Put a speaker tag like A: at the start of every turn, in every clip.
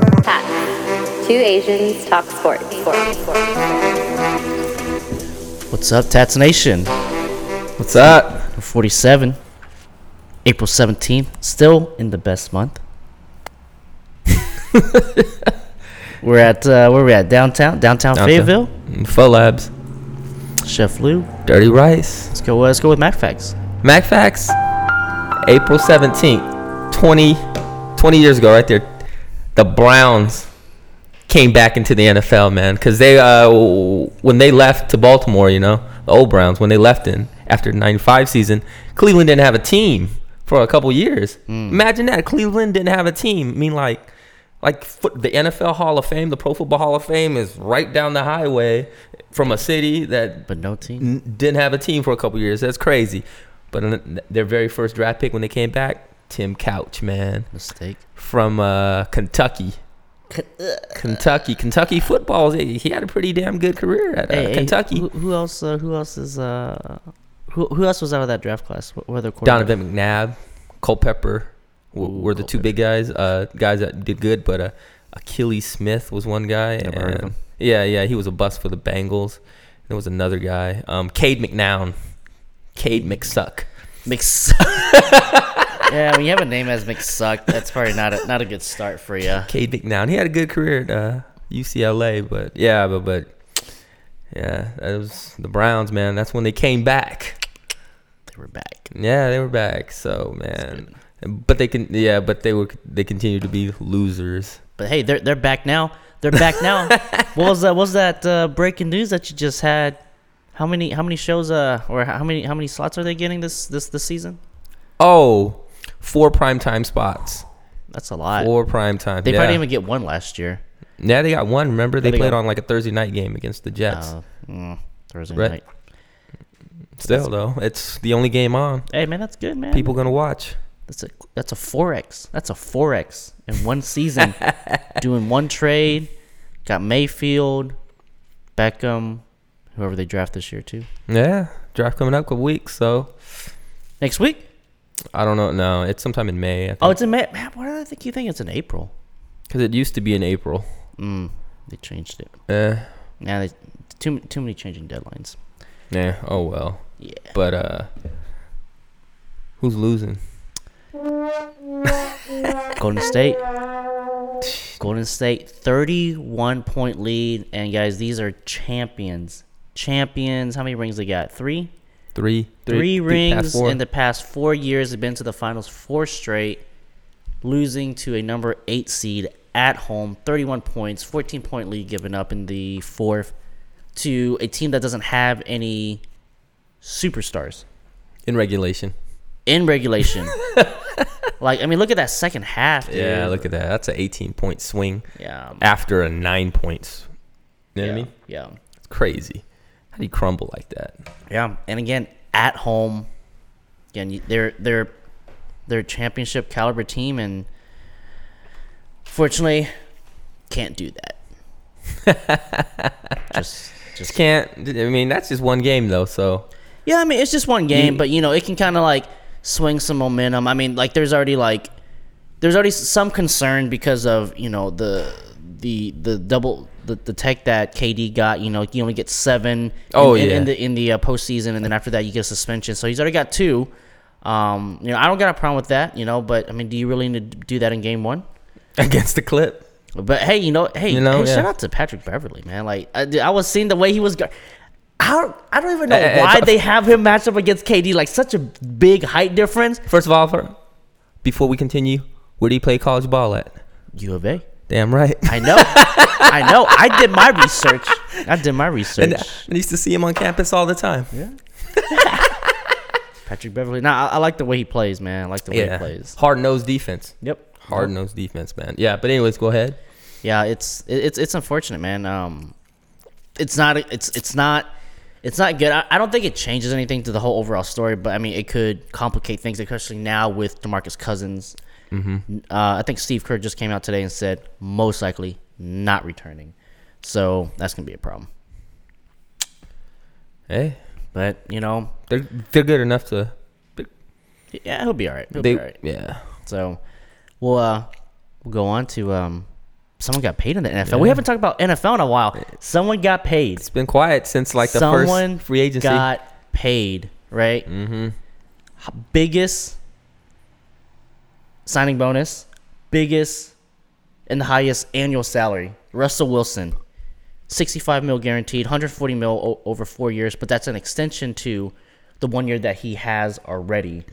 A: Two Asians talk sport. sport, sport.
B: What's up, Tats Nation?
C: What's that?
B: We're 47, April 17th, still in the best month. we're at, uh, where we at? Downtown? Downtown,
C: Downtown.
B: Fayetteville?
C: Faux Labs.
B: Chef Lou.
C: Dirty Rice.
B: Let's go, uh, let's go with MacFacts.
C: MacFacts. April 17th, 20, 20 years ago, right there. The Browns came back into the NFL, man. Because they, uh, when they left to Baltimore, you know, the old Browns, when they left in after the 95 season, Cleveland didn't have a team for a couple years. Imagine that. Cleveland didn't have a team. I mean, like, like foot, the NFL Hall of Fame, the Pro Football Hall of Fame is right down the highway from a city that
B: But no team.
C: n- didn't have a team for a couple years. That's crazy. But in their very first draft pick when they came back, Tim Couch, man,
B: Mistake.
C: from uh, Kentucky. uh, Kentucky, Kentucky football. He he had a pretty damn good career at uh,
B: Hey, hey,
C: Kentucky.
B: who, who else? Uh, who else is? Uh, who, who else was out of that draft class? What, what other quarterback?
C: Donovan McNabb, Culpepper w-
B: Ooh,
C: were the two
B: Culpepper.
C: big guys. Uh, guys that did good, but uh, Achilles Smith was one guy.
B: Never heard of
C: and-
B: him.
C: Yeah, yeah, he was a bust for the Bengals. There was another guy, um, Cade McNown, Cade McSuck.
B: McSuck. yeah, when you have a name as McSuck, that's probably not a, not a good start for you.
C: Cade McNown. He had a good career at uh, UCLA, but yeah, but but yeah, that was the Browns, man. That's when they came back.
B: They were back.
C: Yeah, they were back. So man, but they can yeah, but they were they continue to be losers.
B: But hey, they're they're back now. They're back now. what was that? What was that uh, breaking news that you just had? How many how many shows uh or how many how many slots are they getting this this this season?
C: Oh, four primetime spots.
B: That's a lot.
C: Four primetime.
B: they
C: yeah.
B: probably didn't even get one last year.
C: yeah, they got one. Remember, they
B: They
C: played
B: got-
C: on like a Thursday night game against the Jets.
B: Uh, mm, Thursday
C: Right.
B: night.
C: Still though, it's the only game on.
B: Hey man, that's good man.
C: People gonna watch.
B: That's a that's a forex. That's a forex in one season, doing one trade. Got Mayfield, Beckham, whoever they draft this year too.
C: Yeah, draft coming up a couple weeks, so
B: Next week?
C: I don't know. No, it's sometime in May. I think.
B: Oh, it's in May. Man, why do I think you think it's in April?
C: Because it used to be in April.
B: Mm, they changed it.
C: Eh,
B: Now they too too many changing deadlines.
C: nah, oh well.
B: Yeah.
C: But uh, who's losing?
B: Golden State. Golden State, 31 point lead. And guys, these are champions. Champions. How many rings they got? Three?
C: Three,
B: three rings
C: four.
B: in the past four years. They've been to the finals four straight, losing to a number eight seed at home, 31 points, 14 point lead given up in the fourth to a team that doesn't have any superstars
C: in regulation.
B: in regulation. like, I mean, look at that second half. Dude.
C: Yeah, look at that. That's an 18 point swing
B: Yeah.
C: after a nine points. You know
B: yeah,
C: what I mean?
B: yeah.
C: It's crazy. How do you crumble like that?
B: Yeah, and again at home, again you- they're they're they're a championship caliber team, and fortunately, can't do that. just
C: Just can't. I mean, that's just one game though. So
B: yeah, I mean it's just one game, but you know it can kind of like swing some momentum. I mean like there's already like there's already s- some concern because of you know the the the double. The, the tech that KD got, you know, you only get seven. in-
C: Oh,
B: in,
C: yeah.
B: in the in the uh, postseason, and then after that you get a suspension. So he's already got two. Um, you know, I don't got a problem with that. You know, but I mean, do you really need to do that in game one?
C: against the clip,
B: But hey, you know, hey,
C: You know,
B: hey, shout
C: yeah.
B: out to Patrick Beverly, man. Like I, I was seeing the way he was. Go- I don't, I don't even know
C: Eh, eh,
B: why
C: but-
B: they have him match up against KD. Like such a big height difference.
C: first of all, for, before we continue, where do you play college ball at?
B: U of A.
C: Damn right.
B: I know, I know. I did my research. I did my research.
C: And uh, I I used to see him on campus all the time.
B: Patrick Beverly. Now I, I like the way he plays, man. I like the way he plays.
C: Hard nosed defense.
B: Yep.
C: Hard nosed defense, man. Yeah, but anyways, go ahead.
B: Yeah, it's it- it's it's unfortunate, man. Um, it's not it's it's not it's not good. I, I don't think it changes anything to the whole overall story, but I mean it could complicate things, especially now with Demarcus Cousins. Mm-hmm. Uh, I think Steve Kerr just came out today and said most likely not returning, so that's gonna be a problem.
C: Hey,
B: But you know,
C: they're they're good enough to.
B: yeah, he'll be all right. He'll
C: They
B: be all right.
C: yeah.
B: So we'll uh, we'll go on to um, someone got paid in the NFL. We haven't talked about NFL in a while. Someone got paid.
C: It's been quiet since like the
B: someone
C: first free agency.
B: got paid, right? Mm-hmm. Biggest signing bonus, biggest and the highest annual salary. Russell Wilson, sixty-five mil guaranteed, hundred forty mil o- over four years, but that's an extension to the one year that he has already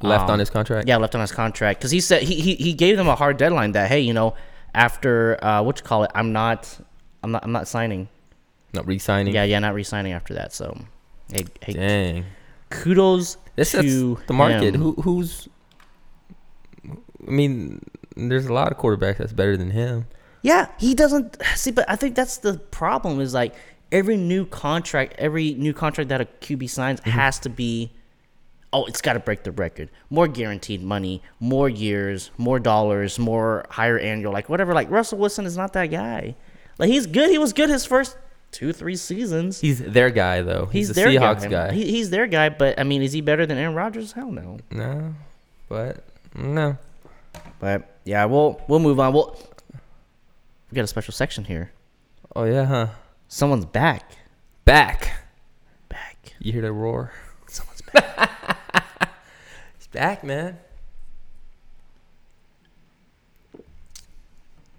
C: Left
B: Um,
C: on his contract.
B: Yeah, left on his contract because he said he, he he gave them a hard deadline that hey, you know, after uh, what you call it, I'm not, I'm not, I'm not signing.
C: Not re-signing.
B: Yeah, yeah, not re-signing after that. So, hey, hey
C: Dang.
B: kudos
C: This
B: to
C: is the market.
B: him.
C: Who who's? I mean, there's a lot of quarterbacks that's better than him.
B: Yeah, he doesn't see, but I think that's the problem. Is like every new contract, every new contract that a QB signs has to be, oh, it's got to break the record. More guaranteed money, more years, more dollars, more higher annual, like whatever. Like Russell Wilson is not that guy. Like he's good. He was good his first two, three seasons.
C: He's their guy though.
B: He's
C: He's, the
B: their
C: Seahawks
B: guy.
C: guy.
B: He, he's their guy, but I mean, is he better than Aaron Rodgers? Hell no.
C: no, but no.
B: But yeah, we'll we'll move on. We'll we got a special section here.
C: Oh yeah, huh?
B: Someone's back.
C: Back.
B: Back.
C: You hear that roar?
B: Someone's back.
C: He's back, man.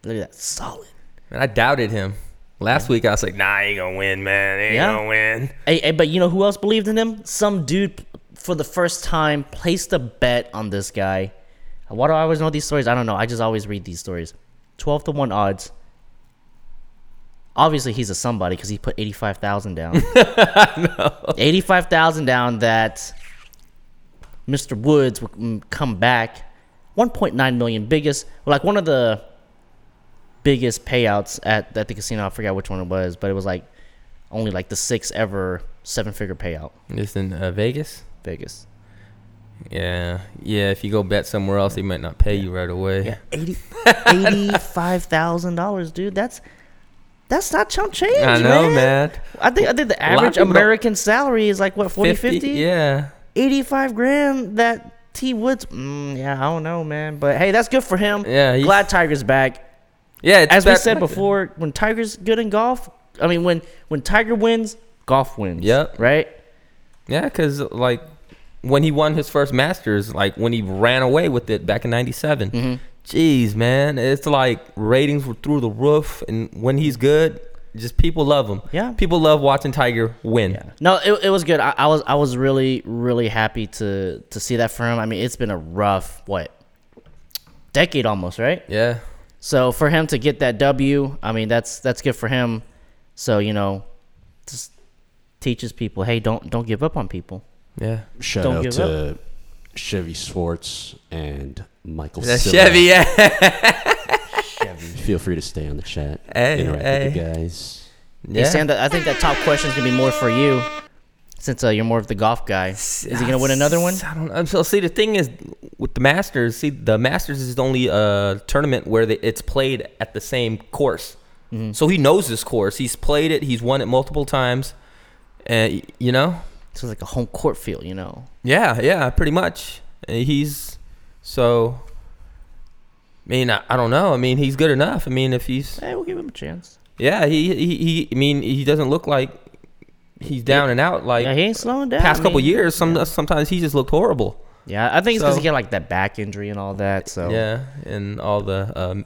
B: Look at that. Solid.
C: Man, I doubted him last week. I was like, Nah, he ain't gonna win, man. He ain't
B: Yeah.
C: gonna win.
B: Hey, hey, but you know who else believed in him? Some dude p- for the first time placed a bet on this guy. Why do I always know these stories? I don't know. I just always read these stories. 12 to 1 odds. Obviously, he's a somebody because he put 85,000 down. 85,000 down that Mr. Woods would mm, come back. 1.9 million biggest, like one of the biggest payouts at, at the casino. I forgot which one it was, but it was like only like the sixth ever seven figure payout.
C: Just in uh, Vegas.
B: Vegas.
C: Yeah, yeah. If you go bet somewhere else, they might not pay you right away.
B: Yeah, eighty eighty five thousand dollars, dude. That's that's not chump change,
C: I know, man.
B: I think I think the
C: lot of
B: average
C: people don't-
B: American salary is like what 40, 50?
C: Yeah.
B: 85 grand that T Woods. Mm, yeah, I don't know, man. But hey, that's good for him.
C: Yeah, he's-
B: glad Tiger's back.
C: Yeah. It's
B: As we
C: bet-
B: said before, when Tiger's good in golf, I mean when when Tiger wins, golf wins.
C: Yep.
B: Right.
C: Yeah, because like when he won his first Masters, like when he ran away with it back in '97.
B: Mm-hmm.
C: Jeez, man, it's like ratings were through the roof, and when he's good, just people love him.
B: Yeah.
C: people love watching Tiger win.
B: No, it, it was good. I, I was I was really really happy to to see that for him. I mean, it's been a rough what decade almost, right?
C: Yeah,
B: So for him to get that W, I mean, that's that's good for him. So you know, just teaches people, hey, don't don't give up on people.
C: yeah.
D: Shout
B: Don't
D: out
B: give
D: to Chevy Schwartz and Michael
C: That
D: Silla.
C: Chevy, yeah.
D: Feel free to stay on the chat.
C: Hey,
D: interact with the
C: hey.
D: guys.
B: Hey,
C: yeah.
B: Sam, that- I think that top question is gonna be more for you, since uh, you're more of the golf guy. Is he gonna win another one?
C: I don't know. So see, the thing is with the Masters. See, the Masters is the only uh, tournament where the, it's played at the same course.
B: Mm-hmm.
C: So he knows this course. He's played it. He's won it multiple times. And you know,
B: So it's like a home court field, you know.
C: yeah, yeah, pretty much. Uh, He's so. I mean, I, I don't know. I mean, he's good enough. I mean, if he's
B: Hey, we'll give him a chance.
C: yeah, he he, he I mean, he doesn't look like he's down and out like
B: Yeah, he ain't slowing down.
C: past
B: I
C: couple
B: mean-
C: years. Some sometimes he just looked horrible.
B: Yeah, I think it's because
C: So-
B: he got like that back injury and all that. So
C: Yeah, and all the um,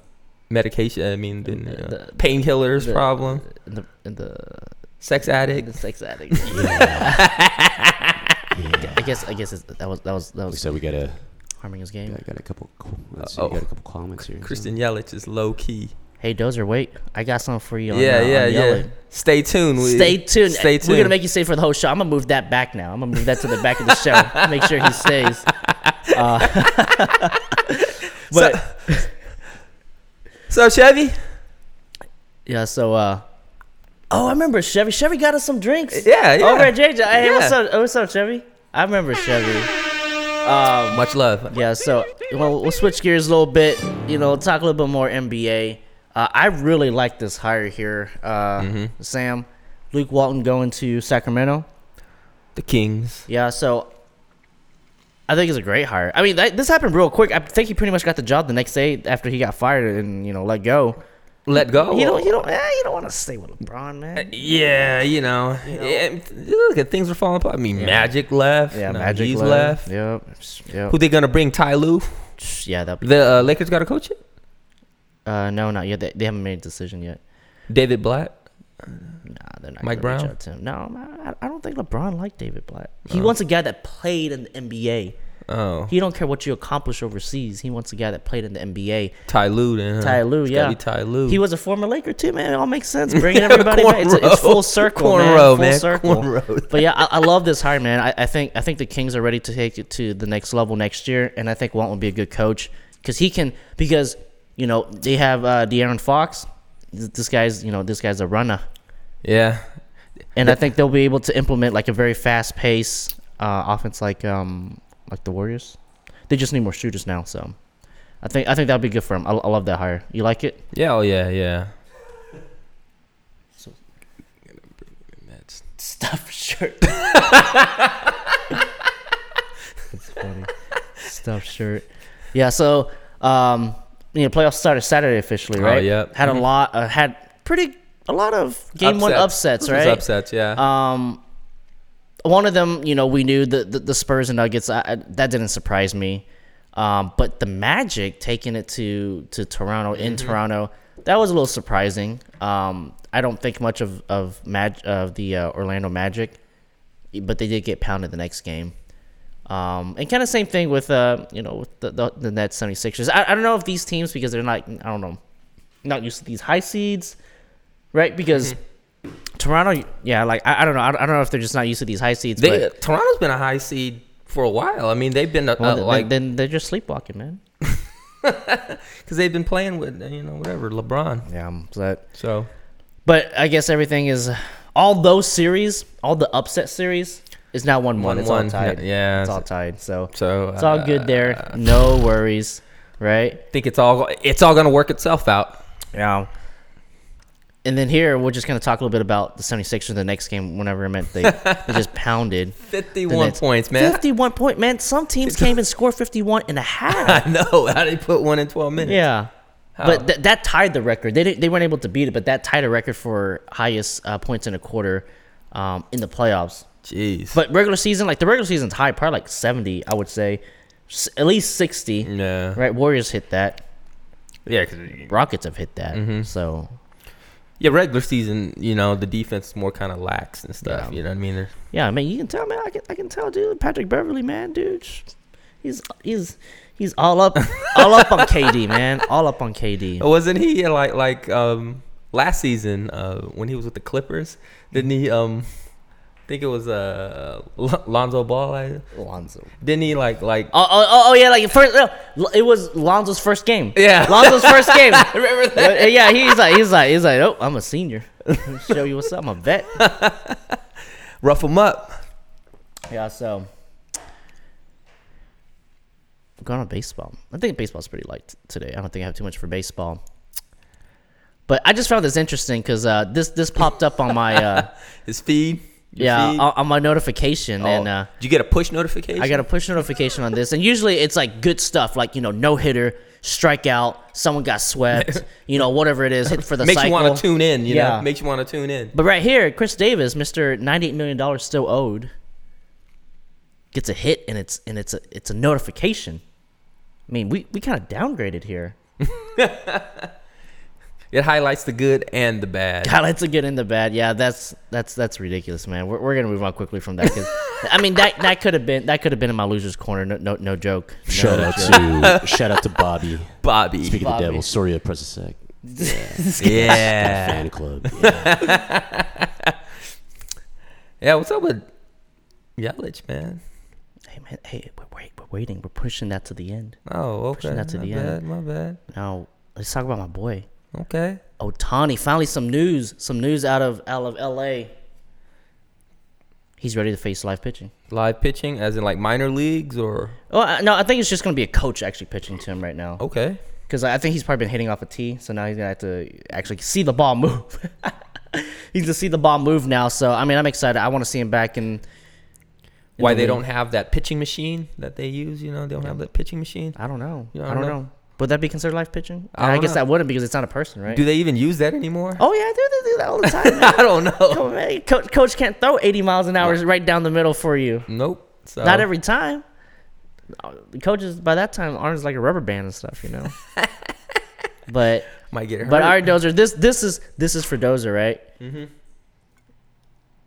C: medication. I mean, the, uh,
B: the-
C: painkillers
B: the-
C: problem,
B: and the and the,
C: sex
B: and the
C: addict.
B: sex addict. I guess I guess it's, that was that was that
D: Like I
B: was
D: said, we got a,
B: harming his game.
D: I got a couple. co- Let's see,
C: Uh-oh.
D: we got a couple comments here. so-
C: Kristen Yelich is low key.
B: Hey Dozer, wait, I got something for you. On,
C: Yeah,
B: uh,
C: yeah,
B: on
C: yeah.
B: Yellow.
C: Stay tuned. we-
B: Stay tuned.
C: Stay tuned.
B: We're gonna make you stay for the whole show. I'm gonna move that back now. I'm gonna move that to the back of the show. Make sure he stays. Uh, but
C: so Chevy.
B: yeah, so uh, Oh, I remember Chevy. Chevy got us some drinks.
C: Yeah, yeah.
B: Over at JJ. Hey, what's
C: Yeah.
B: up? What's up, Chevy? I remember Chevy.
C: Much love.
B: Uh, Yeah, so well, we'll switch gears a little bit. You know, talk a little bit more NBA. Uh, I really like this hire here, uh,
C: Mm-hmm.
B: Sam. Luke Walton going to Sacramento.
C: The Kings.
B: Yeah, so I think it's a great hire. I mean, that, this happened real quick. I think he pretty much got the job the next day after he got fired and you know let go.
C: Let go. Uh,
B: You don't, you don't, eh, you don't want to stay with LeBron, man.
C: Yeah, you know, Yeah, look at things were falling apart. I mean, Magic left.
B: Yeah,
C: now
B: Magic
C: he's
B: left.
C: left.
B: Yep. Yep.
C: Who they gonna bring? Ty Lue?
B: yeah, that'll be.
C: The uh, Lakers got to coach it.
B: Uh, no, not yet. They, they haven't made a decision yet.
C: David Blatt.
B: Nah, they're not.
C: Mike
B: gonna reach
C: Brown?
B: out to him. No, I, I don't think LeBron liked David Blatt. He wants a guy that played in the NBA.
C: Oh,
B: He don't care what you accomplish overseas. He wants a guy that played in the NBA.
C: Ty Lue. Then, huh?
B: Ty Lue,
C: It's
B: yeah,
C: gotta be Ty Lue.
B: He was a former Laker too, man. It all makes sense. Bringing everybody back, it's, it's
C: Cornrow.
B: full circle, man.
C: Cornrow,
B: Full
C: man.
B: circle.
C: Cornrow.
B: But yeah, I, I love this hire, man. I, I think I think the Kings are ready to take it to the next level next year, and I think Walton will be a good coach because he can. Because you know they have uh, De'Aaron Fox. Th- This guy's you know this guy's a runner,
C: Yeah,
B: and I think they'll be able to implement like a very fast pace uh, offense, like um like the Warriors. They just need more shooters now, so. I think I think that'd be good for him. I, I love that hire. You like it?
C: yeah, oh yeah, yeah.
B: Stuff shirt. That's funny. Stuff shirt. Yeah. So, um, you know, playoffs started Saturday officially,
C: Oh,
B: right?
C: yep.
B: Had a lot. Uh, had pretty a lot of game one upsets,
C: It was
B: right?
C: Upsets, yeah.
B: Um, one of them, you know, we knew the the, the Spurs and Nuggets. I, I, that didn't surprise me. Um, but the Magic taking it to to Toronto in Toronto, that was a little surprising. Um, I don't think much of of Mag- of the uh, Orlando Magic, but they did get pounded the next game. Um, and kind of same thing with uh, you know with the the, the Nets 76ers. I, I don't know if these teams because they're not I don't know not used to these high seeds, right? Because
C: Mm-hmm.
B: Toronto, yeah, like I, I don't know, I, don't- I don't know if they're just not used to these high seeds.
C: they, uh,
B: but
C: Toronto's been a high seed for a while. I mean, they've been uh,
B: well, then-
C: like
B: then they're just sleepwalking, man.
C: because they've been playing with you know whatever LeBron.
B: Yeah, I'm upset.
C: So
B: But I guess everything is all those series, all the upset series is now one one. It's all
C: 1-1,
B: tied.
C: yeah,
B: it's all
C: so-
B: tied. So
C: so uh,
B: it's all good there. No worries, right?
C: I think it's all it's all gonna work itself out.
B: Yeah. And then here we're just gonna talk a little bit about the 76ers the next game. Whenever it meant they, they just pounded.
C: Fifty-one
B: Nets.
C: points, man.
B: 51 point man some teams can't even score 51 and a half
C: I know how they put one in twelve minutes.
B: yeah
C: How?
B: but th- that tied the record they didn't they weren't able to beat it but that tied a record for highest uh, points in a quarter um, in the playoffs
C: Jeez.
B: but regular season like the regular season's high probably like 70 i would say S- at least 60
C: yeah.
B: right warriors hit that
C: Yeah, 'cause-
B: rockets have hit that
C: Mm-hmm.
B: so
C: yeah, regular season, you know, the defense is more kind of lax and stuff.
B: Yeah.
C: You know what I mean? They're-
B: Yeah, I mean, you can tell, man. I can, I can tell, dude. Patrick Beverly, man, dude. sh- He's he's he's all up, all up on KD, man. All up on KD.
C: Wasn't he uh, like like um last season uh when he was with the Clippers? Didn't he um I think it was uh Lon- Lonzo Ball? I,
B: Lonzo.
C: didn't he like like
B: Oh, oh, oh, oh yeah, like first, no, L- it was Lonzo's first game.
C: Yeah.
B: Lonzo's first game.
C: remember
B: Uh, yeah, he's like, he's like, he's like, oh, I'm a senior. Let me Show you what's up. I'm a vet.
C: rough him up?
B: Yeah, so. We're going on baseball. I think baseball's pretty light t- today. I don't think I have too much for baseball. But I just found this interesting because uh, this this popped up on my uh,
C: His feed. your
B: yeah on,
C: feed?
B: on my notification
C: Oh,
B: and uh,
C: did you get a push notification?
B: I got a push notification on this and usually it's like good stuff like you know no hitter strikeout someone got swept you know whatever it is hit for the
C: makes
B: cycle.
C: you want to tune in. You
B: Yeah.
C: know, makes you want to tune in.
B: But right here, Chris Davis, Mister ninety-eight million dollars still owed, gets a hit, and it's and it's a it's a notification. I mean, we we kind of downgraded here.
C: It highlights the good and the bad.
B: God, that's a good and the bad. Yeah, that's that's that's ridiculous, man. We're, we're gonna move on quickly from that. 'cause- I mean, that that could have been that could have been in my losers' corner. No no no joke. No,
D: Shout
B: no
D: out
B: joke.
D: to shout out to Bobby.
C: Bobby.
D: Speaking of
B: Bobby.
D: the devil, Soria Presasek.
C: yeah.
D: Fan club. Yeah.
C: yeah. What's up with Yelich, man?
B: Hey man, hey, we're wait, we're waiting. We're pushing that to the end.
C: Oh, okay.
B: that to
C: my
B: the
C: bad,
B: end.
C: My bad.
B: Now let's talk about my boy
C: Okay.
B: Otani, finally some news, some news out of out of LA. He's ready to face live pitching.
C: Live pitching, as in like minor leagues, or
B: Oh I- no, I think it's just going to be a coach actually pitching to him right now
C: okay.
B: because I think he's probably been hitting off a tee, so now he's going to have to actually see the ball move. he's going to see the ball move now. So I mean, I'm excited. I want to see him back in. in
C: Why
B: the
C: they
B: league.
C: don't have that pitching machine that they use? You know, they don't have that pitching machine.
B: I don't know.
C: Yeah,
B: I don't know. Would that be considered live pitching?
C: I
B: I,
C: don't
B: guess
C: know.
B: that wouldn't because it's not a person, right?
C: Do they even use that anymore?
B: oh yeah, dude, they do that all the time. man.
C: I don't know.
B: Come on, man. Co- Coach can't throw 80 miles an hour right down the middle for you.
C: Nope. So
B: Not every time. Uh, The coaches by that time arms like a rubber band and stuff, you know. but
C: might get hurt.
B: but all right, Dozer, this this is this is for Dozer, right?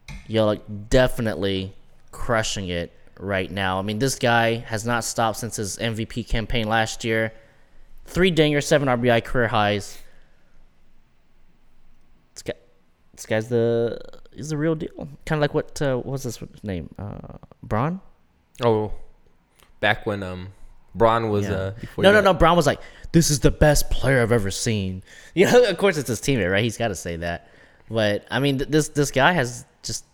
B: Mm-hmm. Yo, like definitely crushing it right now. I mean, this guy has not stopped since his MVP campaign last year. Three dingers, seven RBI career highs. This guy, this guy's the he's the real deal. Kind of like what uh, what was his name? Uh, Braun.
C: oh, back when um, Braun was
B: Yeah.
C: uh. before
B: no,
C: he
B: no,
C: got-
B: no. Brown was like, "This is the best player I've ever seen." You know, of course, it's his teammate, right? He's got to say that. But I mean, th- this this guy has just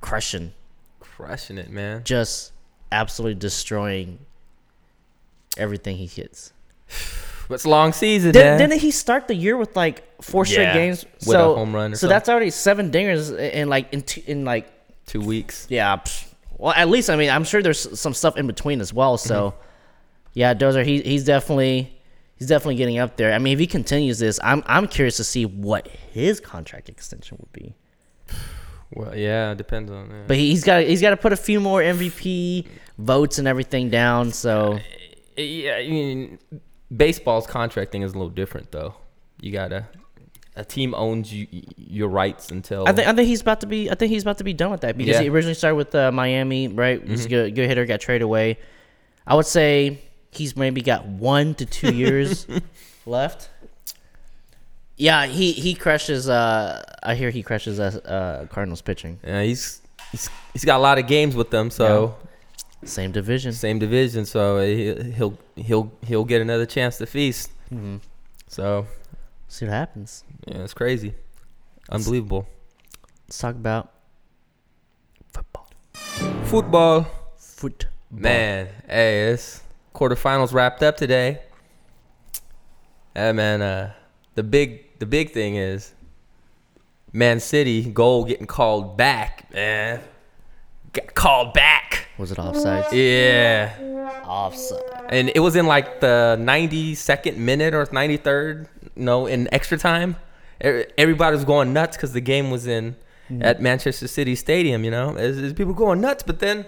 B: crushing,
C: Crushing it, man.
B: just absolutely destroying everything he hits.
C: But it's a long season,
B: Did,
C: man.
B: Didn't he start the year with like four straight
C: Yeah,
B: games
C: with a home run or
B: so
C: something.
B: that's already seven dingers in, in like in two, in like
C: Two weeks.
B: yeah. psh. Well, at least I mean, I'm sure there's some stuff in between as well. So, yeah, Dozer, he he's definitely he's definitely getting up there. I mean, if he continues this, I'm I'm curious to see what his contract extension would be.
C: Well, yeah, depends on. Yeah.
B: But he, he's got he's got to put a few more MVP votes and everything down. So
C: Eh, Yeah, I mean, baseball's contracting is a little different though. You gotta, a team owns you, your rights until.
B: I think I think he's about to be I think he's about to be done with that because
C: Yeah. Mm-hmm.
B: he originally started with uh, Miami, right? He's a good, good hitter, got traded away. I would say he's maybe got one to two years left. Yeah, he he crushes. Uh, I hear he crushes uh, uh, Cardinals pitching.
C: Yeah, he's he's he's got a lot of games with them, so
B: Same division.
C: same division, so he, he'll he'll he'll get another chance to feast. So
B: See what happens.
C: yeah, it's crazy, unbelievable.
B: Let's talk about football.
C: Football,
B: Foot.
C: man. Hey, it's quarterfinals wrapped up today. Hey, man. Uh, the big the big thing is Man City goal getting called back. Man, got called back.
B: Was it offsides?
C: Yeah.
B: Offside.
C: and it was in like the 92nd minute or 93rd no in extra time E- everybody was going nuts because the game was in at manchester city stadium you know There's- there's people going nuts but then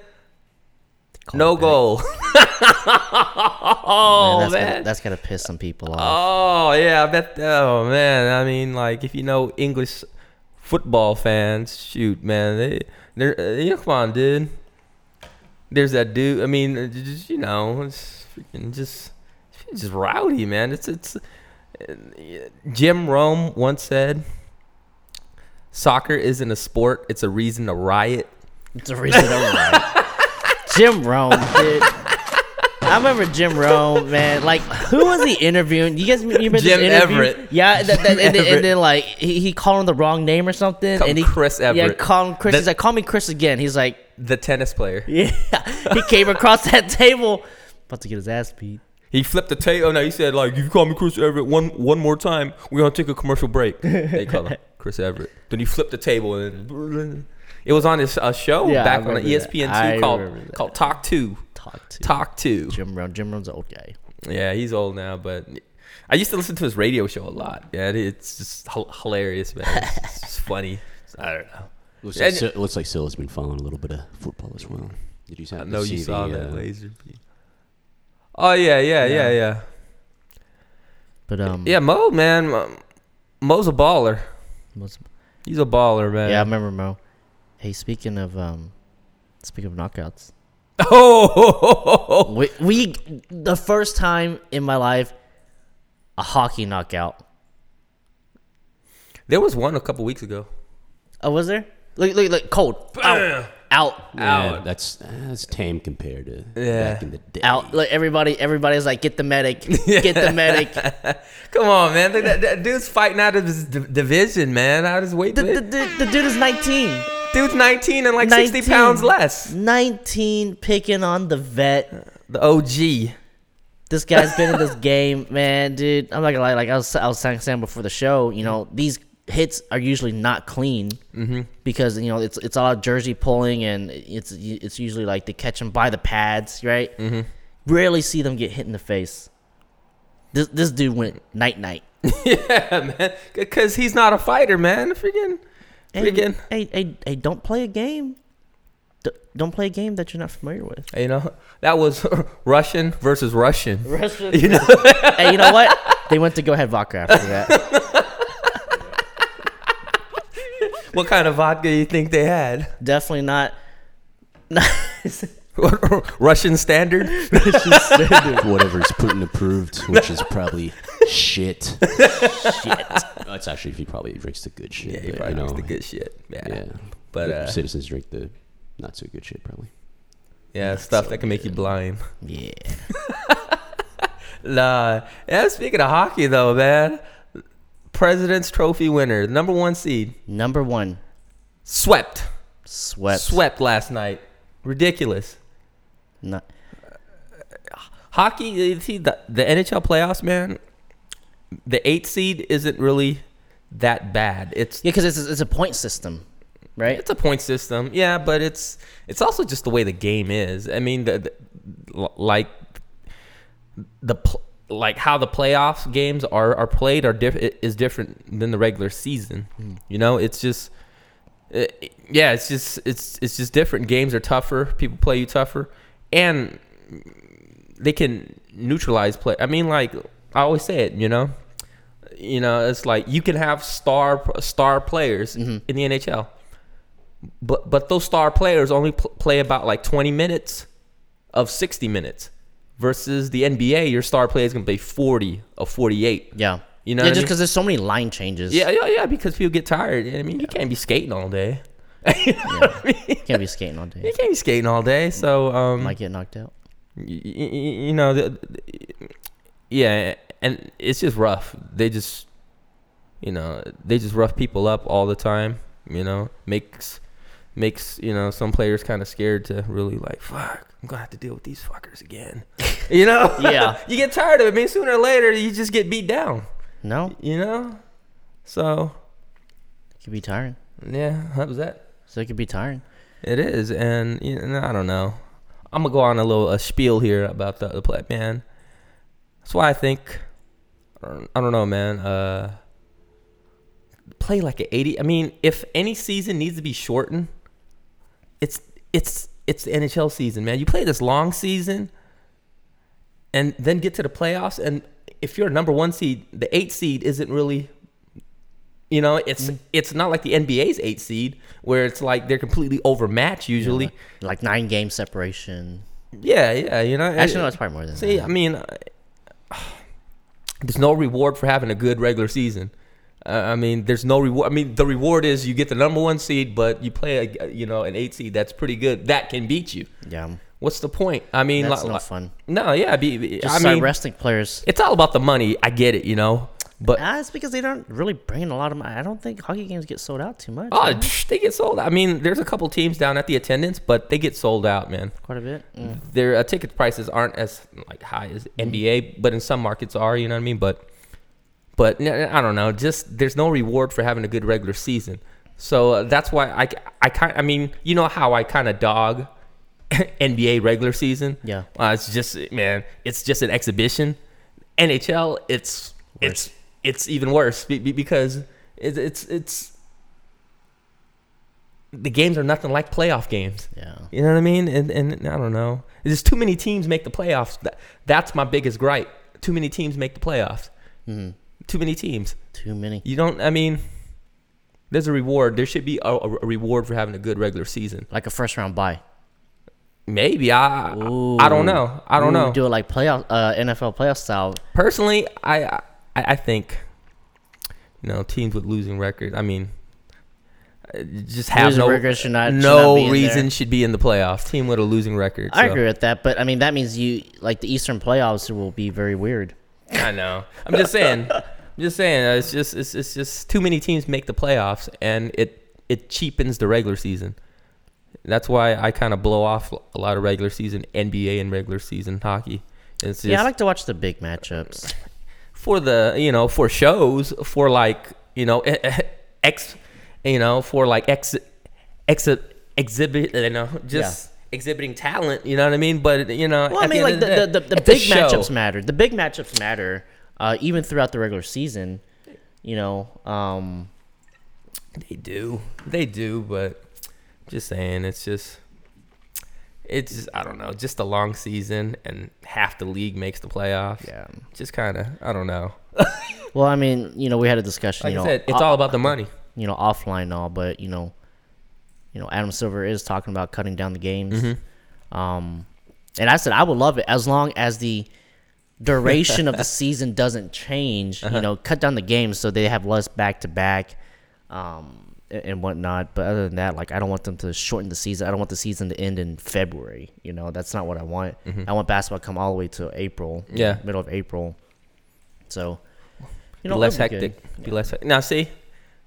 C: no goal oh man,
B: that's Gonna, that's gonna piss some people off.
C: oh yeah i bet oh man i mean like if you know english football fans shoot man they they're uh, yeah, come on dude there's that dude. I mean, uh, j- just, you know, it's freaking just, just rowdy, man. It's it's. uh, Jim Rome once said, "Soccer isn't a sport; it's a reason to riot."
B: It's a reason I'm right. Jim Rome, dude. I remember Jim Rome, man. Like, who was he interviewing? You guys, you remember
C: Jim
B: this interview?
C: Everett.
B: Yeah, that, that, and, then,
C: Everett.
B: and then like he, he called him the wrong name or something.
C: Call him
B: and he,
C: Chris
B: Yeah,
C: Everett.
B: call him Chris.
C: The-
B: He's like, call me Chris again. He's like,
C: The tennis player.
B: yeah. he came across that table, about to get his ass beat.
C: He flipped the table. Oh no, he said, "Like if you call me Chris Everett one one more time, we're gonna take a commercial break." they call him Chris Everett. Then he flipped the table and. It was on his uh, show
B: Yeah, I
C: back on E
B: remember that.
C: ESPN
B: I
C: two called
B: remember that.
C: called Talk Two.
B: Talk to
C: Talk Two.
B: Jim Rome. Jim Rome's an old guy.
C: Yeah, he's old now, but I used to listen to his radio show a lot. Yeah, it- it's just h- hilarious, man. It's just- it's funny. I don't know.
D: Looks like,
C: And-
D: Sil- looks like Silla's been following a little bit of football as well. Did you,
C: I
D: happen to
C: know you
D: see
C: saw
D: the,
C: that
D: uh,
C: laser beam. Oh yeah, yeah, yeah,
B: Yeah.
C: yeah,
B: But um,
C: yeah. Mo, man, Mo- Mo's a baller.
B: was-
C: He's a baller, man.
B: yeah, I remember Mo. Hey, speaking of um, speaking of knockouts.
C: Oh,
B: We, we the first time in my life a hockey knockout.
C: there was one a couple weeks ago.
B: Oh, was there? Look, look, look, cold. Ow. out,
D: Yeah,
C: Out.
D: that's that's tame compared to
C: Yeah.
D: back in the day.
B: out. Like everybody, everybody's like, get the medic, get the medic.
C: Come on, man. Look, that, that dude's fighting out of his d- division, man. Out of his weight.
B: The, the, the, the dude is 19.
C: dude's 19 and like 60
B: 19.
C: pounds less.
B: 19 picking on the vet.
C: The OG.
B: This guy's been in this game, man, dude. I'm not gonna lie. Like I was, I was saying Sam before the show. You know, these hits are usually not clean because you know it's it's all jersey pulling and it's it's usually like they catch them by the pads, right? Rarely see them get hit in the face. This this dude went night night.
C: yeah, man. Because he's not a fighter, man. Freaking.
B: Hey,
C: Freaking.
B: hey, hey, hey, don't play a game. D- don't play a game that you're not familiar with.
C: You know, that was Russian versus Russian.
B: you know, hey, you know what? They went to go ahead vodka after that.
C: What kind of vodka do you think they had?
B: Definitely not.
C: Russian standard?
D: Whatever's Putin approved, which is probably shit. shit. That's actually he probably drinks the good shit.
C: Yeah, he
D: but,
C: probably
D: you
C: knows the
D: know,
C: good shit. Yeah.
D: Yeah,
C: But, uh,
D: citizens drink the not so good shit probably.
C: Yeah, stuff that can make you blind.
B: yeah.
C: Nah. Yeah, speaking of hockey, though, man. President's Trophy winner, number one seed,
B: Number one,
C: swept.
B: swept.
C: Swept last night. Ridiculous.
B: No-
C: Hockey, you see, the, the NHL playoffs, man, the eight seed isn't really that bad. It's
B: yeah, because it's, it's a point system, right?
C: It's a point system, yeah, but it's it's also just the way the game is. I mean, the, the l- like the pl- like how the playoffs games are are played are diff- i- is different than the regular season. You know, it's just uh, yeah, it's just it's it's just different. Games are tougher. People play you tougher, and they can neutralize play. I mean, like I always say it, you know, you know, it's like you can have star star players in the NHL, but but those star players only pl- play about like 20 minutes of 60 minutes versus the NBA. Your star player is gonna play 40 of 48.
B: yeah.
C: You know
B: yeah,
C: what I
B: just
C: mean?
B: because there's so many line changes.
C: Yeah, yeah, yeah. Because people get tired. I mean, you can't be skating all day. you know what I mean?
B: Can't be skating all day.
C: You can't be skating all day. So um,
B: Might get knocked out.
C: y- y- y- you know, the, the- yeah, and it's just rough. They just, you know, they just rough people up all the time. You know, makes makes you know some players kind of scared to really like fuck. I'm gonna have to deal with these fuckers again. you know?
B: Yeah.
C: you get tired of it. I mean, sooner or later, you just get beat down.
B: No,
C: You know? So
B: it could be tiring.
C: yeah, that was that.
B: So it could be tiring.
C: It is, and you know, I don't know. I'm gonna go on a little a spiel here about the, the play, man. That's why I think I don't- I don't know, man. Uh, play like an 80. I mean, if any season needs to be shortened, it's it's it's the NHL season, man. You play this long season, and then get to the playoffs, and if you're a number one seed, the eight seed isn't really you know, it's
B: Mm.
C: it's not like the NBA's eight seed where it's like they're completely overmatched usually.
B: Like nine game separation.
C: Yeah, yeah, you know.
B: Actually, no,
C: it-
B: it's probably more than
C: see,
B: that.
C: I mean, I- there's no reward for having a good regular season. Uh, I mean, there's no reward. I mean, the reward is you get the number one seed, but you play a uh, you know an eight seed that's pretty good that can beat you.
B: Yeah.
C: What's the point? I mean,
B: That's
C: li-
B: no
C: li-
B: fun.
C: No, yeah, be, be-
B: Just
C: I
B: start
C: mean,
B: resting players.
C: it's all about the money. I get it, you know, but
B: Ah, it's because they don't really bring a lot of. I don't think hockey games get sold out too much.
C: oh,
B: man.
C: psh, they get sold. out. I mean, there's a couple teams down at the attendance, but they get sold out, man.
B: quite a bit. Mm.
C: their uh, ticket prices aren't as like high as NBA, but in some markets are. You know what I mean? But but n- n- I don't know. Just there's no reward for having a good regular season, so uh, that's why I I kind I mean you know how I kind of dog NBA regular season.
B: Yeah.
C: uh, it's just man, it's just an exhibition. NHL, it's it's it's even worse be- be- because it's it's it's the games are nothing like playoff games.
B: Yeah.
C: You know what I mean? And and I don't know. There's just too many teams make the playoffs. That, that's my biggest gripe. Too many teams make the playoffs.
B: Mhm.
C: Too many teams.
B: Too many.
C: You don't. I mean, there's a reward. There should be a, a reward for having a good regular season.
B: Like a first round bye.
C: Maybe I. I-
B: Ooh.
C: I don't know. I don't
B: Ooh,
C: know.
B: Do it like playoff uh, NFL playoff style.
C: Personally, I, I I think you know teams with losing records. I mean, just have
B: Losing
C: no
B: record should not- should not
C: no
B: be in there.
C: reason should be in the playoff. Team with a losing record.
B: I
C: so.
B: agree with that, but I mean that means you like the Eastern playoffs will be very weird.
C: I know. I'm just saying. I'm just saying. uh, It's just it's, it's just too many teams make the playoffs, and it it cheapens the regular season. That's why I kind of blow off a lot of regular season NBA and regular season hockey. It's just
B: yeah, I like to watch the big matchups.
C: for the you know for shows for like you know e-, ex you know for like ex ex exhibit you know just exhibiting talent. You know what I mean? But you know,
B: Well, I
C: at
B: mean,
C: end
B: like
C: of
B: the the, the, the
C: it's a
B: big
C: show.
B: matchups matter. The big matchups matter, uh, even throughout the regular season. You know, um,
C: They do. They do, but just saying, it's just it's just, I don't know, just a long season and half the league makes the playoffs.
B: Yeah.
C: Just kind of, I don't know.
B: well, I mean, you know, we had a discussion.
C: Like
B: you know,
C: I said, it's
B: o-
C: all about the money.
B: you know offline and all, but you know, you know, Adam Silver is talking about cutting down the games.
C: Mm-hmm.
B: Um, and I said I would love it as long as the duration of the season doesn't change.
C: Uh-huh.
B: You know, cut down the games so they have less back to back, um, a- and whatnot. But other than that, like I don't want them to shorten the season. I don't want the season to end in February. You know, that's not what I want. I want basketball to come all the way to April.
C: Mm-hmm. Yeah.
B: middle of April. So. You
C: be less
B: it'll be good.
C: hectic. Be less hec- Now, see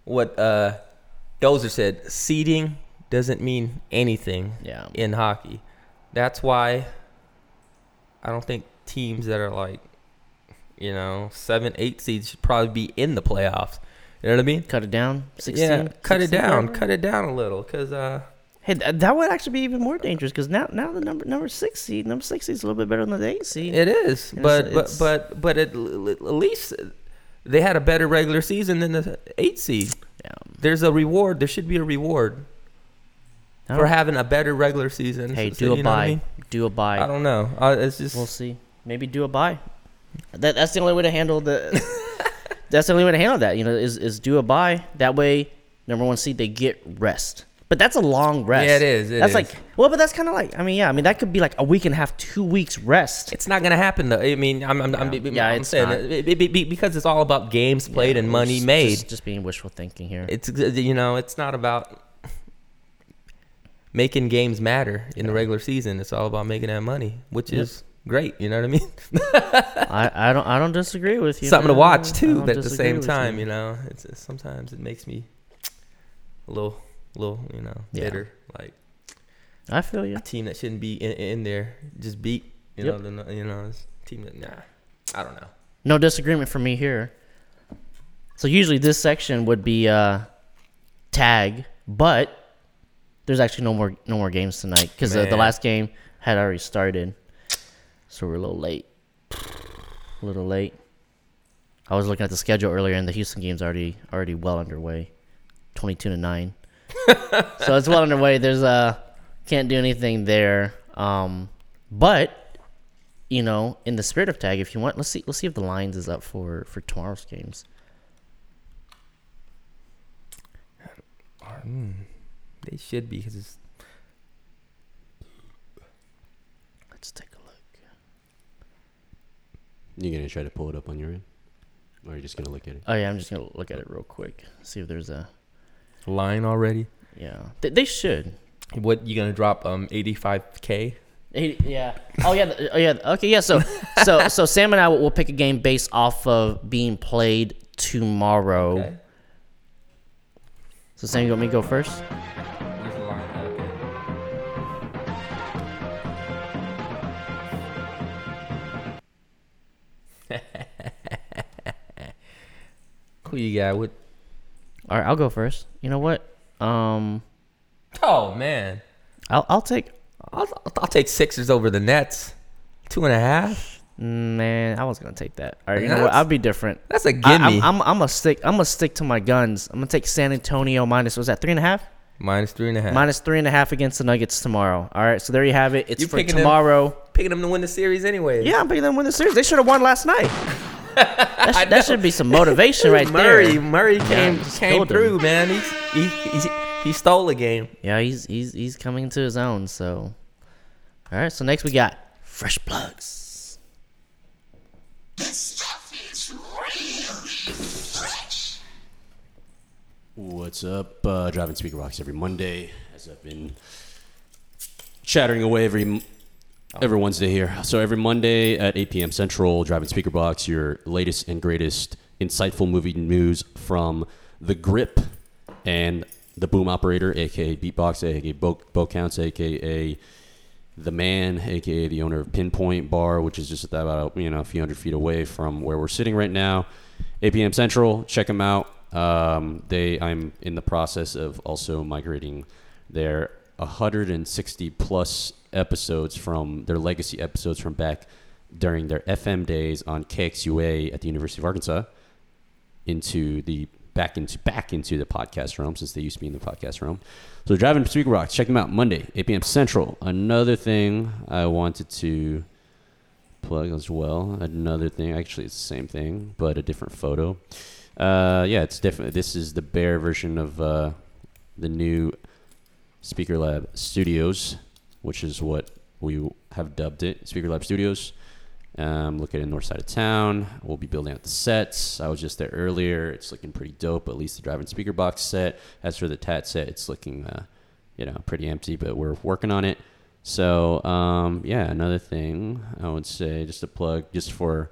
C: what uh, Dozer said. Seeding doesn't mean anything
B: Yeah.
C: in hockey. That's why I don't think teams that are like, you know, seven, eight seeds should probably be in the playoffs. You know what I mean?
B: Cut it down. 16,
C: yeah, cut it
B: 16,
C: down.
B: whatever.
C: Cut it down a little, cause uh,
B: Hey, th- that would actually be even more dangerous because now, now the number number six seed, number six seed is a little bit better than the eight seed.
C: it is. But but
B: it's-
C: but but at, l- l- at least they had a better regular season than the eight seed.
B: Yeah.
C: There's a reward. There should be a reward
B: No.
C: for having a better regular season.
B: hey,
C: So-
B: do
C: you
B: a
C: know what
B: buy,
C: I, mean?
B: do a buy.
C: I don't know. I, it's just
B: We'll see. Maybe do a buy. That that's the only way to handle the. that's the only way to handle that. You know, is is do a buy. That way, number one seed they get rest. But that's a long rest.
C: Yeah, it is, it
B: that's
C: is.
B: like well, but that's kind of like I mean, yeah, I mean that could be like a week and a half, two weeks rest.
C: it's not gonna happen though. I mean, I'm I'm, I'm,
B: Yeah.
C: I'm,
B: Yeah,
C: I'm
B: it's
C: saying
B: not.
C: it- it- it- be- because it's all about games played and money
B: Just-
C: made.
B: Just, just being wishful thinking here.
C: it's you know it's not about making games matter in the regular season it's all about making that money which
B: Yep.
C: is great you know what i mean
B: I, I don't I don't disagree with you.
C: something to
B: man.
C: watch
B: I
C: too
B: don't
C: but at the
B: disagree
C: same
B: with
C: time you know it's, it's sometimes it makes me a little little you know
B: Yeah.
C: bitter like
B: I feel you.
C: a team that shouldn't be in, in in there just beat you
B: Yep.
C: know the, you know it's a team that nah i don't know
B: No disagreement from me here. So usually this section would be uh, tag, but there's actually no more no more games tonight because the, the
C: Man.
B: last game had already started, so we're a little late. A little late. I was looking at the schedule earlier, and the Houston game's already already well underway, twenty-two to nine. so it's well underway. There's uh can't do anything there. Um, but you know, in the spirit of tag, if you want, let's see, let's see if the lines is up for for tomorrow's games.
C: they should be because it's
B: Let's take a look.
D: You gonna try to pull it up on your end, or are you just gonna look at it?
B: Oh yeah, I'm just gonna look at it real quick, see if there's a
C: lying already
B: yeah. They, they should.
C: what you gonna drop um 85k
B: He- Yeah. Oh yeah. the- Oh yeah. Okay. Yeah. So so so Sam and I will, will pick a game based off of being played tomorrow.
C: Okay.
B: So Sam, you want me to go first?
C: Where's the line? Okay. Who you got? What?
B: All right, I'll go first. You know what? Um,
C: Oh man,
B: I'll I'll take.
C: I'll, I'll- I'll take Sixers over the Nets. Two and a half.
B: Man, I was gonna take that. All right. You know what? I'll be different.
C: That's a
B: I-
C: gimme.
B: I'm, I'm, I'm gonna stick. I'm gonna stick to my guns. I'm gonna take San Antonio minus. Was that three and a half?
C: Minus three and a half.
B: Minus three and a half against the Nuggets tomorrow. All right, so there you have it. It's
C: You
B: for
C: picking them?
B: tomorrow.
C: picking them to win the series anyway.
B: Yeah, I'm picking them to win the series. They should have won last night. that, sh- that should be some motivation right
C: Murray,
B: there.
C: Murray came
B: just
C: came
B: killed him.
C: through, man. He's, he, he's, he stole a game.
B: Yeah, he's he's he's coming into his own. So, all right. So next we got fresh plugs.
D: What's up? Uh, driving Speaker Rocks every Monday, as I've been chattering away every m- every Wednesday here. So every Monday at 8 p.m. Central, Driving Speaker Box, your latest and greatest insightful movie news from The Grip and The Boom Operator, aka Beatbox, aka Bo, Bo Counts, aka the man, aka the owner of Pinpoint Bar, which is just about you know a few hundred feet away from where we're sitting right now. 8 p.m. Central. Check them out. Um, they, I'm in the process of also migrating their 160 plus episodes from their legacy episodes from back during their FM days on KXUA at the University of Arkansas into the back into back into the podcast realm since they used to be in the podcast realm. So driving speaker rocks, check them out Monday, 8 p.m. Central. Another thing I wanted to plug as well. Another thing, actually, it's the same thing, but a different photo. Uh, yeah, it's different. This is the bear version of uh, the new Speaker Lab Studios, which is what we have dubbed it, Speaker Lab Studios. Um, located in the north side of town. We'll be building out the sets. I was just there earlier. It's looking pretty dope. At least the driving speaker box set. As for the tat set, it's looking, uh, you know, pretty empty. But we're working on it. So um, yeah, another thing I would say, just a plug, just for,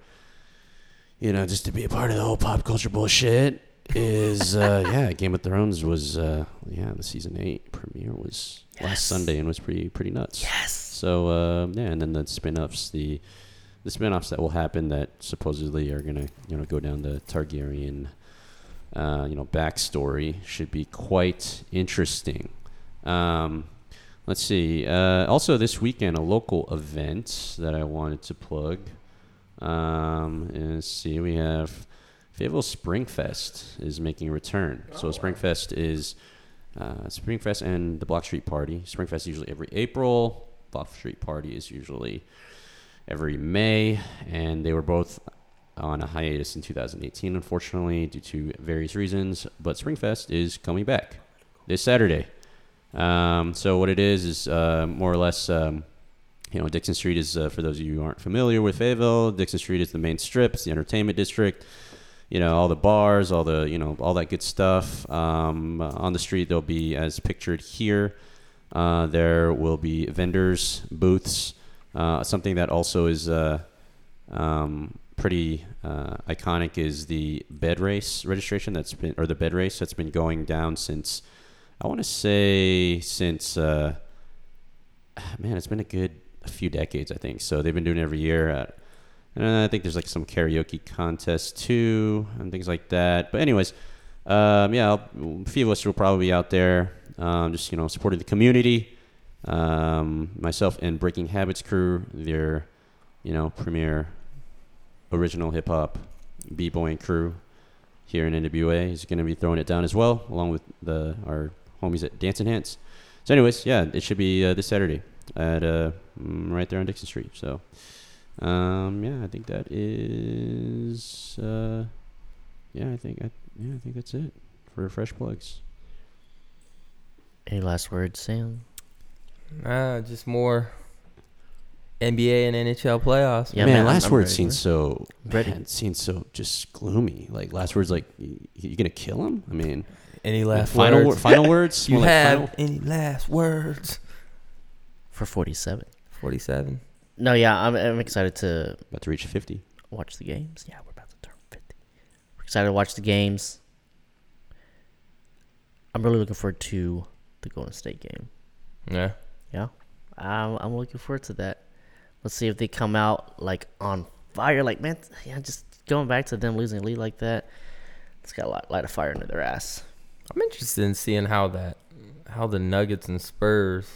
D: you know, just to be a part of the whole pop culture bullshit is uh, yeah, Game of Thrones was uh, yeah the season eight premiere was last Sunday and was pretty pretty nuts. Yes. So uh, yeah, and then the spin-offs, the the spin-offs that will happen that supposedly are gonna you know go down the Targaryen uh, you know backstory should be quite interesting. Um, let's see. Uh, also this weekend, a local event that I wanted to plug. Um, and let's see, we have Fayetteville Springfest is making a return. so Springfest is uh, Springfest and the Block Street Party. Springfest is usually every April. Block Street Party is usually every May, and they were both on a hiatus in 2018, unfortunately, due to various reasons. But Springfest is coming back this Saturday. Um, so what it is is uh, more or less, um, you know, Dixon Street is uh, for those of you who aren't familiar with Fayetteville. Dixon Street is the main strip, it's the entertainment district. You know, all the bars, all the you know, all that good stuff. Um, on the street, there'll be as pictured here. Uh, there will be vendors, booths, uh, something that also is uh, um, pretty uh, iconic is the bed race registration that's been, or the bed race that's been going down since, I want to say since, uh, man, it's been a good a few decades, I think. So they've been doing it every year. At, and I think there's like some karaoke contest too and things like that. But anyways, um, yeah, I'll- a few of us will probably be out there, um, just you know, supporting the community um, myself and Breaking Habits crew, their you know premier original hip hop b boying crew here in NWA is going to be throwing it down as well, along with the our homies at Dancing Hands. So, anyways, yeah, it should be uh, this Saturday at uh, mm, right there on Dixon Street. So, um, yeah, I think that is uh, yeah, I think I, yeah, I think that's it for fresh plugs.
B: Any last words, Sam?
C: Nah, just more NBA and NHL playoffs.
B: Yeah,
C: Yeah,
B: man,
C: man.
B: I'm-
D: last
B: I'm
D: word
B: ready.
D: seems so
B: Ready.
D: man, seems so just gloomy. Like last words, like you, you gonna kill him? I mean,
C: Any
D: like,
C: last
D: final
C: words?
D: wor- final words.
C: you
D: More like
C: have
D: final-
C: any last words?
B: For 47.
C: Forty-seven.
B: No, yeah, I'm, I'm excited to
D: about to reach fifty.
B: watch the games. Yeah, we're about to turn 50. We're excited to watch the games. I'm really looking forward to the Golden State game.
C: Yeah.
B: Yeah. I'm, I'm looking forward to that. Let's see if they come out like on fire. Like, man, yeah, just going back to them losing a lead like that, it's got a lot, light of fire under their ass.
C: I'm interested in seeing how that, how the Nuggets and Spurs,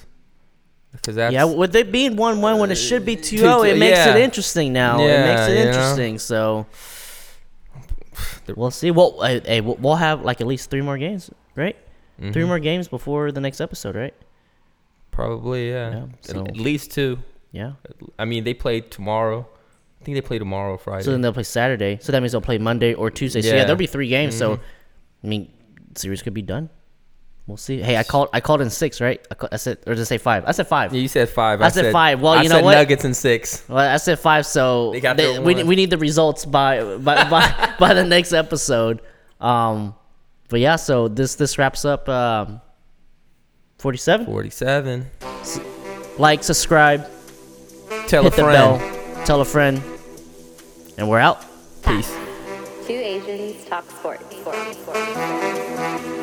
C: because that's Uh,
B: yeah, with it being 1 1 when it should be 2 0, it
C: two-
B: makes it
C: yeah.
B: interesting now. it
C: Yeah,
B: makes it
C: you know?
B: interesting. So we'll see. Well, hey, hey, we'll we'll have like at least three more games, right?
C: Mm-hmm.
B: Three more games before the next episode, right?
C: probably yeah,
B: Yeah,
C: At-
B: so-
C: at least two.
B: Yeah.
C: I mean, they play tomorrow. I think they play tomorrow, Friday.
B: So then they'll play Saturday. So that means they'll play Monday or Tuesday. So yeah,
C: Yeah. Mm-hmm.
B: there'll be three games. So I mean, series could be done. We'll see. Hey, I called. I called in six, right? I, call, I said, or did I say five? I said five.
C: Yeah, you said five.
B: I said five. Well,
C: I
B: you know
C: said
B: what?
C: Nuggets and six.
B: Well, I said five. So
C: They got
B: they-
C: their
B: we
C: one.
B: we need the results by by by, by the next episode. Um, But yeah, so this this wraps up um, 47.
C: 47.
B: Like, subscribe,
C: Tell
B: hit
C: a
B: the
C: friend.
B: bell, tell a friend, and we're out.
C: Peace.
A: Two Asians talk sports. sports, sports.